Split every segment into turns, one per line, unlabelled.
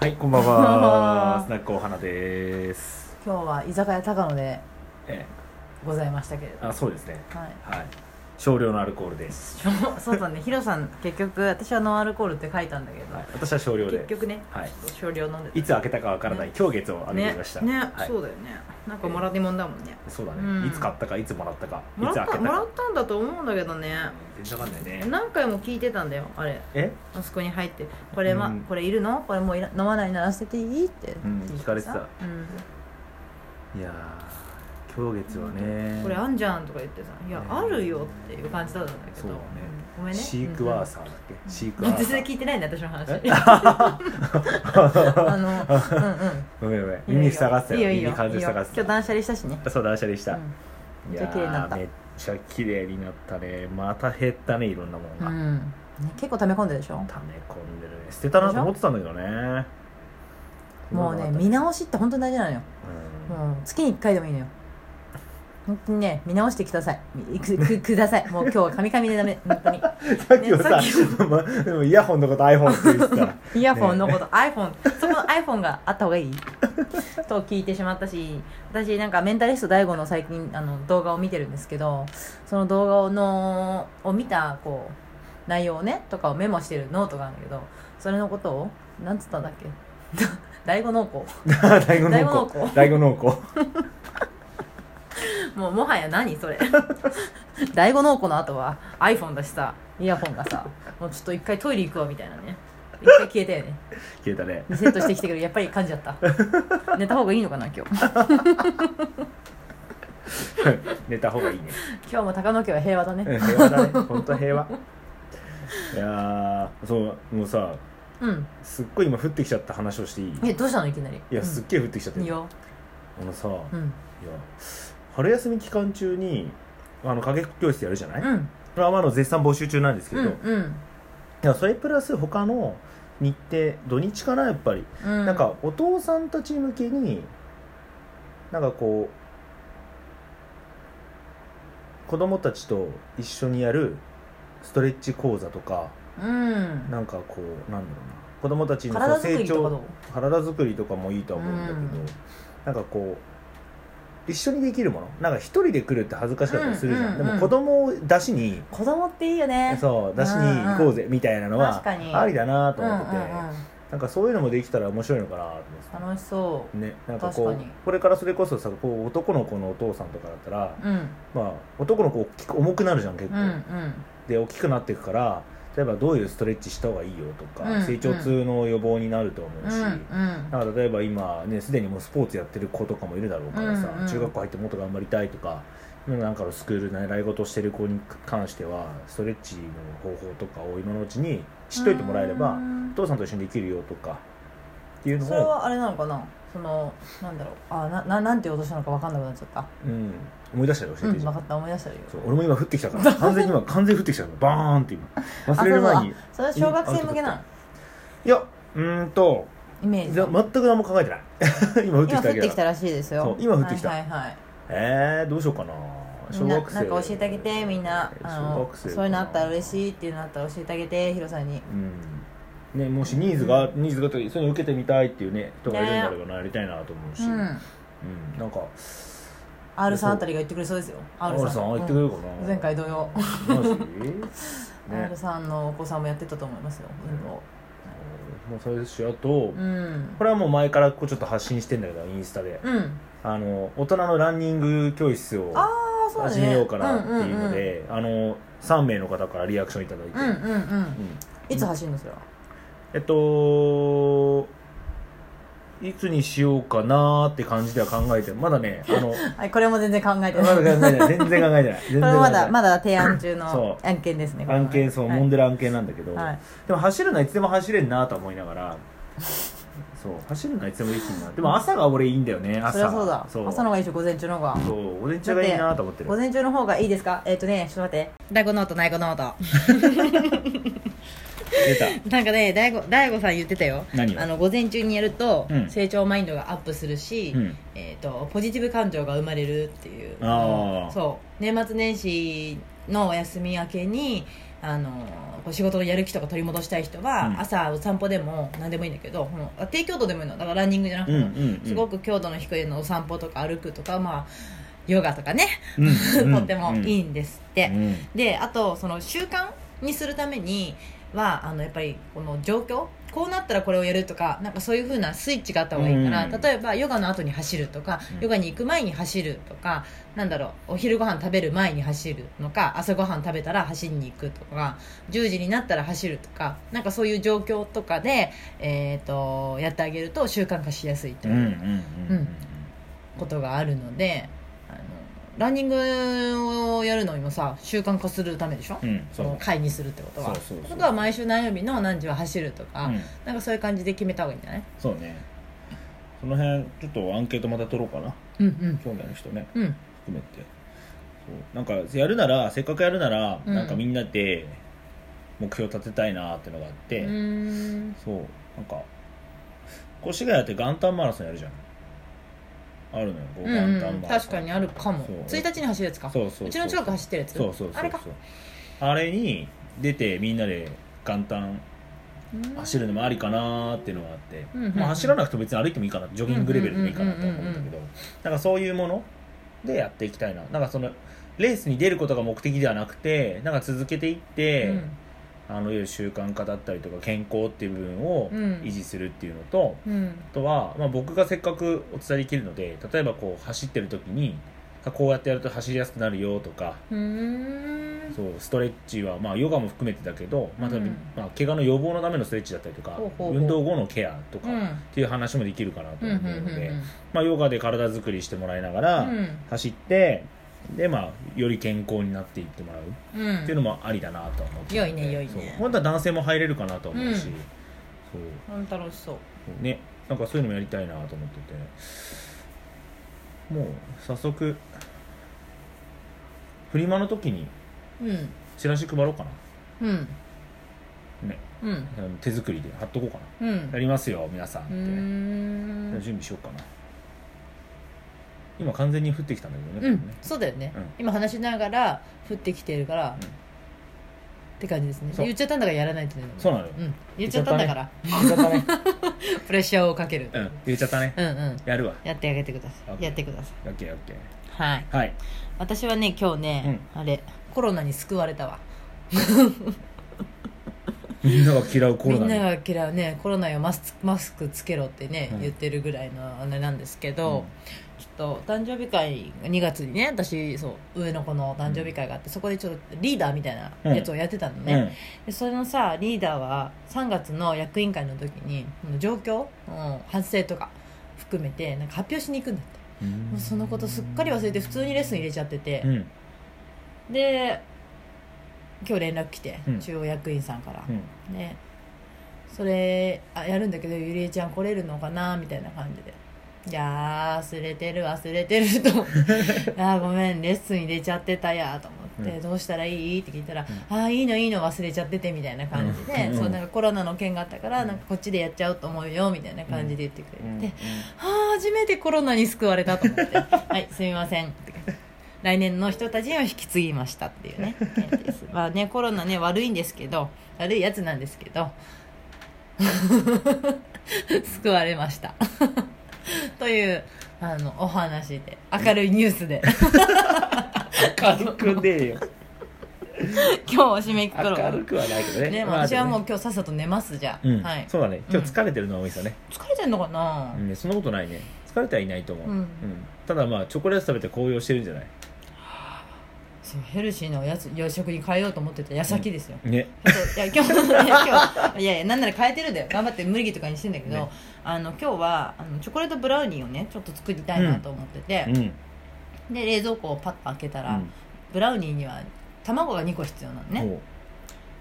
はい、こんばん
こんばん
は
は。
スナックお花です。
今日は居酒屋高野で
え
ございましたけれ
え、
ど
あ、そうですね。
はい
はい。少量のアルコールです。
そうだねヒロさん結局私はノンアルコールって書いたんだけど、
はい、私は少量で。
結局ね
はい。
少量飲んでた
いつ開けたかわからない狂月をあげてきました。
ねね、
はい
そうだよねなんかもらってもんだもんね
そうだ
う
ね。
ん
いつ買ったか、いつもらったか、い
もら
つ開
っ
け
た
た
もら
か
っ。たんだと思うんだけどね
全然わかんないね。
何回も聞いてたんだよあれ
え？
あそこに入って「これ,、ま
うん
これいるのこれもういら飲まないなら捨てていい?」って
うん
いてさ
聞かれてた
うん
いやー、狂月はね。
これあんじゃんとか言ってさ「いや
ね
あるよ」っていう感じだったんだけ
そ
ど
うだね
ごめんね
シークワーサーだっけ？シークワー
全
サ
然
ー。
聞いてないね私の話
え
あのうんうん
ごめんごめん。耳塞がってた
いいよ
よ。
いいよ
耳完全塞がって
いいよ今日
た。
断捨離したしね
そう断捨離した。
うんめっちゃ綺麗になった
いやーめっちゃ綺麗になったねまた減ったねいろんなもの
う
が、
ん、ね結構溜め込んでるでしょ
溜め込んでるね捨てたなと思ってたんだけどね
もうね
ん
見直しって本当に大事なのよ
うん
もう月に1回でもいいのよ本当にね見直してくださいみくくくださいもう今日はカミカミでダメ本当に
さっきもさ
ねさ
までもイヤホンのこと iPhone って言ってた
イヤホンのこと、iPhone そこの iPhone があった方がいいと聞いてしまったし私なんかメンタリスト DAIGO の最近あの動画を見てるんですけどその動画のを見たこう内容をねとかをメモしてるノートがあるんだけどそれのことをなんつったんだっけ DAIGO ノーコ
大悟
大
濃
悟濃
厚
厚
大悟濃厚
もうもはや何それ 第五の子の後は iPhone だしさイヤホンがさもうちょっと一回トイレ行くわみたいなね一回消えたよね
消えたね
リセットしてきたけどやっぱり噛んじゃった寝た方がいいのかな今日
寝た方がいいね
今日も高野家は平和だ
うん
ね
平和だね本当平和いやーそうもうさ
うん
すっごい今降ってきちゃった話をしていい
えどうしたのいきなり
いやすっげえ降ってきちゃって
うん、
る
いいよ
あのさ、
うん
いや春休み期間中にあの影教室やるじゃない、
うん
これはまだ絶賛募集中なんですけ
う
ど、
ん
いやそれプラス他の日程土日かなやっぱり、
うん
なんかお父さんたち向けになんかこう子供たちと一緒にやるストレッチ講座とか
うん
なんかこうなんだろうな子供たちのこう
体作りとかどう
体作りとかもいいとは思うんだけど、
うん
なんかこう一緒にできるものなんか一人で来るって恥ずかしかったりするじゃん、
うんうんうん
でも子供を出しに
子供っていいよね
そう出しに行こうぜみたいなのは
確かに
ありだなと思ってて、
うんうんうん
なんかそういうのもできたら面白いのかなと思って
楽しそ
ねなんかこう
確かに
これからそれこそさこう男の子のお父さんとかだったら、
ううん
まあ、男の子大きく重くなるじゃん結
う
構、
んうん
で大きくなっていくから例えばどういうストレッチした方がいいよとか、
うん
成長痛の予防になると思うし、
うんうん
なんか例えば今ねすでにもうスポーツやってる子とかもいるだろうからさ、
うんうん
中学校入ってもっと頑張りたいとかなんかのスクールの習い事をしてる子に関してはストレッチの方法とかを今のうちに知っといてもらえれば、
うん
お父さんと一緒にできるよとかっていうの
それ
を、
はあれなのかなそのなんだろうあなななんて落としたのか分かんなくなっちゃった
うん、思い出したら教
う
え
ん
て
分
じゃん
かった思い出したらいいよ
そう俺も今降ってきた から完全に今完全に降ってきたからバーンって今忘れる前にい
あそうそうあそれは小学生向けなの
やうーんと
イメー
全
ジは
く何も考えてない 今降ってき
今
た
降
だ
っ
け
て
だ
きたらしいです
そう
よ
今降ってきた
はいはいはい
えー、どうしようかな
み
小
んな
学生
なんか教えてあげてみんなあ
小
の
学生
そういうのあったら嬉
い
しいっていうのあったら教えてあげてヒロさんに
うんねもしニーズが、ニーズがというそういうの受けてみたいっていうね人がいるんだろうな、やりたいなと思うし、う
う
ん
ん
なんか
R さんあたりが言ってくれそうですよ
ある
R
さ
さ
ん
ん
言ってくれるかな、
うん前回同様
マ ジ、ね、
R さんのお子さんもやってたと思いますよ運動
もうそれですしあと、
うん
これはもう前からこうちょっと発信してんだけどインスタで、
うん
あの大人のランニング教室を
ああそうだね
始めようかなっていうの
ん
で、あの3名の方からリアクションいただいて、
うんうんうんうんう
う
ん
ん
いつ走るのそれは
えっといつにしようかなーって感じでは考えてるまだねあの
はいこれも全然考えて
ま
ない
だ考えてない全然考えてない全然
これ
考えて
ま
な
だ
い
まだ提案中の
そ
案件ですねこれは
案件そう、
はい
揉んでる案件なんだけど、
はい
でも走るのはいつでも走れんなとは思いながらそう走るのはいつでもいいしなでも朝が俺いいんだよね朝
そりゃそうだ
そう
朝の方がいいでしょ午前中の方が
そう午前中がいいなと思ってる
午前中の方がいいですかえっ、とねちょっと待って大悟ノート大悟ノート
出た
なんかね大悟大悟さん言ってたよ
何を
あの午前中にやると、
うん
成長マインドがアップするし、
うん
えっとポジティブ感情が生まれるっていう
あー
そう年末年始のお休み明けにああのこう仕事のやる気とか取り戻したい人は、
うん
朝お散歩でも何でもいいんだけどこのあ低強度でもいいのだからランニングじゃな
う
くて
んう
も、
んうん
すごく強度の低いのをお散歩とか歩くとかまあヨガとかね、
うん うん
とってもいいんですって、
うん
であとその習慣にするためにはあのやっぱりこの状況こうなったらこれをやるとかなんかそういうふうなスイッチがあった方がいいから、
うん
例えばヨガの後に走るとか、
うん
ヨガに行く前に走るとかなんだろうお昼ご飯食べる前に走るのか朝ご飯食べたら走りに行くとか10時になったら走るとかなんかそういう状況とかで、えー、とやってあげると習慣化しやすいと
う
い
ん
う。
うんうんう
うん
ん
ことがあるのであのランニングをやるのにもさ習慣化するためでしょ、
うん
そ
そう
の会にするってことは
そうそうそう
ってことは毎週何曜日の何時は走るとか、
うん
なんかそういう感じで決めた方がいいんじゃない
そうねその辺ちょっとアンケートまた取ろうかな
うん
兄弟の人ね
うんうん
含めてそうなんかやるならせっかくやるなら、
うん
なんかみんなで目標立てたいなっていうのがあっ
う
て、
ーん
そうなんか越谷って元旦マラソンやるじゃんあるのよこう
う
元
ん
旦
うん
マラソ
確
ン
かにあるかも
そう
1日に走るやつか
そうそうそう
ちの近く走ってるやつ
そうそうそうそう
あれか
あれに出てみんなで元旦走るのもありかなーっていうのがあって、
うんうんうん
まあ、走らなくても別に歩いてもいいかなジョギングレベルでもいいかなと思うんだけどなんかそういうものでやっていきたいななんかそのレースに出ることが目的ではなくてなんか続けていって、あのいわゆる習慣化だったりとか健康っていう部分を
うん
維持するっていうのと、
うんうん
あとは、まあ、僕がせっかくお伝えできるので例えばこう走ってる時にこうやってやると走りやすくなるよとか
うーん
そうストレッチは、まあ、ヨガも含めてだけど、まあ多分
うん
まあ、怪我の予防のためのストレッチだったりとか
ほうほうほう
運動後のケアとか、
うん
っていう話もできるかなと
うんう
思
ん
う
うん
の
うん
で、まあ、ヨガで体作りしてもらいながら
うん
走って、でまあ、より健康になっていってもらうっ
うん
ていうのもありだなとは思ってるので
良いね良いね
そう本当は男性も入れるかなと思うし、
うん
そう
うん楽しそう
そうねなんかそういうのもやりたいなと思っててもう早速フリマの時に
うん
チラシ配ろうかな
うん
ね、
うん
うん手作りで貼っとこうかな
うん
やりますよ皆さんって
うー
ね、
ん
準備しようかな今完全に降ってきたんだけど
う
ね,、
ん、そうだよね、
うん
今話しながら降ってきてるから、
うん
って感じですね
そう
言っちゃったんだからやらないとねでも
そうなのよ
うん、言っちゃったんだから、
入れちゃったね
プレッシャーをかける、
うん入れちゃったね
うん、うん
やるわ
やってあげてくだ
オ
さ
ッケ
い
ー
やってくださ
OKOK
いはい
はい
私はね今日ね、あれコロナに救われたわ
みんなが嫌うコロ
み
ナ
んな
に
が嫌うねコロナよマスマスクつけろってね、
うん
言ってるぐらいのあれなんですけ
うん
ど、ちょっと誕生日会2月にね私そう上の子の誕生日会があってそこでちょっとリーダーみたいなやつをやってたのね、でそれのさリーダーは3月の役員会の時にこの状況、うん、反省とか含めてなんか発表しに行くんだって
うん
もうそのことすっかり忘れて普通にレッスン入れちゃってて
う、ん
で今日連絡来て、
うん
中央役員さんから
う、ん
ねそれあやるんだけどゆりえちゃん来れるのかなみたいな感じで。いやー忘れてる忘れて るとあーごめんレッスン入れちゃってたやと思って、
うん
どうしたらいいって聞いたら、
う
ああいいのいいの忘れちゃっててみたいな感じで、
うん
そうなんかコロナの件があったから、なんかこっちでやっちゃうと思うよみたいな感じで言ってくれて、
うん
はあ初めてコロナに救われたと思って はいすみませんって来年の人たちには引き継ぎましたっていうねですまあねコロナね悪いんですけど悪いやつなんですけど 救われました というあのお話で明るいニュースで
明るくねえよ
今日締めくくろう
明るくはないけどね
ね、まあ
まあ
私はもう
で
今日さっさと寝ますじゃあ、
もねうん
はい
そうだね今日疲れてるのは多いですよね
疲れてんのかな、
うんそんなことないね疲れてはいないと思う
うん
うんただまあチョコレート食べて紅葉してるんじゃない
そうヘルシーなおやつ夜食に変えようと思ってた矢先ですよ、
ね
そういや今日いや今日いやいやなんなら変えてるんだよ頑張って麦とかにしてんだけど、
ね
あの今日はあのチョコレートブラウニーをねちょっと作りたいなと思ってて
う、ん
で冷蔵庫をパッと開けたら、ブラウニーには卵が2個必要なの
うん
ね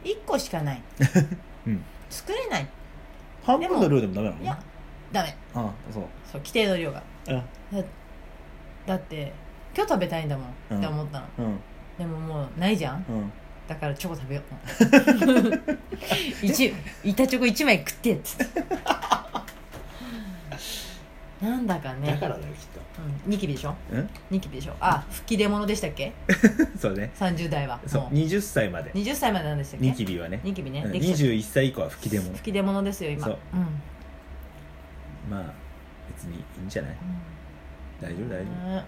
おう
1個しかない、
うん
作れない
半分の量でもダメなの
いやダメ
あそう
そう規定の量が
あ
だだって今日食べたいんだもんって思ったの、
うん
でももうないじゃん
うん
だからチョコ食べよう 一板チョコ1枚食ってっつってなんだか
だ
ね
からだよきっ
うん、ニキビでしょ
とうん
ニキビでしょあ吹き出物でしたっけ
そうね
30代は
そう
もう
20歳まで
20歳までなんでしたっけ
ニキビはね
ニキビね
うん
できちゃった
21歳以降は吹き出物
吹き出物ですよ今
そう
うん
まあ別にいいんじゃない大丈夫大丈夫
ね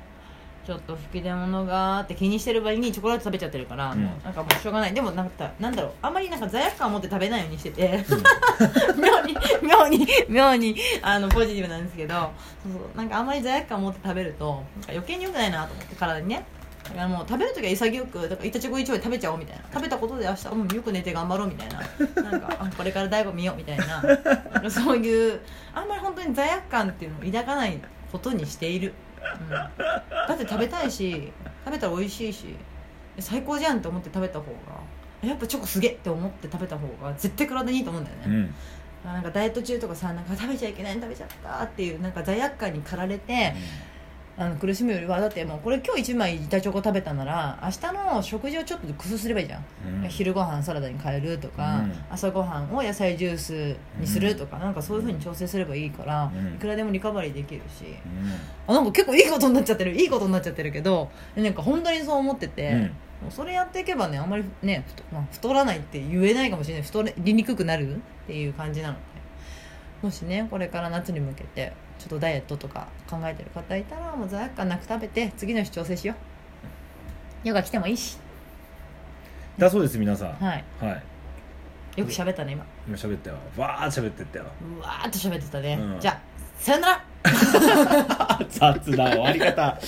ちょっと吹き出物があって気にしてる場合にチョコレート食べちゃってるから、
うん
もうなんかもうしょうがないでもなんかなんだろうあんまりなんか罪悪感を持って食べないようにしてて
うん
妙に妙に妙にあのポジティブなんですけどそうそうなんかあんまり罪悪感を持って食べるとなんか余計に良くないなと思って体にねだからもう食べる時は潔くだからイタチゴイチョウ食べちゃおうみたいな食べたことで明日、うん、よく寝て頑張ろうみたいななんかあこれから大悟見ようみたいななんかそういうあんまり本当に罪悪感っていうのを抱かないことにしている、うん、だって食べたいし食べたら美味しいし最高じゃんって思って食べた方がえやっぱチョコすげえって思って食べた方が絶対体にいいと思うんだよね、
うん
あなんかダイエット中とかさなんか食べちゃいけないの食べちゃったっていうなんか罪悪感に駆られてあの苦しむよりはだってもうこれ今日1枚板チョコ食べたなら明日の食事をちょっと工夫すればいいじゃん、
うん
昼ご飯サラダに変えるとか、
うん
朝ごはんを野菜ジュースにするとか、なんかそういうふうに調整すればいいから、
うん
いくらでもリカバリーできるし
う
あなんか結構いいことになっちゃってるいいことになっちゃってるけどなんか本当にそう思ってて、
んうん
もうそれやっていけばねあんまりね太,、まあ、太らないって言えないかもしれない太りにくくなるっていう感じなのでもしねこれから夏に向けてちょっとダイエットとか考えてる方いたらもう罪悪感なく食べて次の日調整しようヨガ来てもいいし
だそうです皆さんは
はい
い
よく喋ったね今
今喋ったよわー喋ってったよ
うわーっと喋ってたね、
うん
じゃあさよなら
雑な終わり方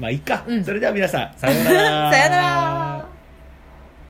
まあいいか、
う ん
それでは皆さんさようなら
さよなら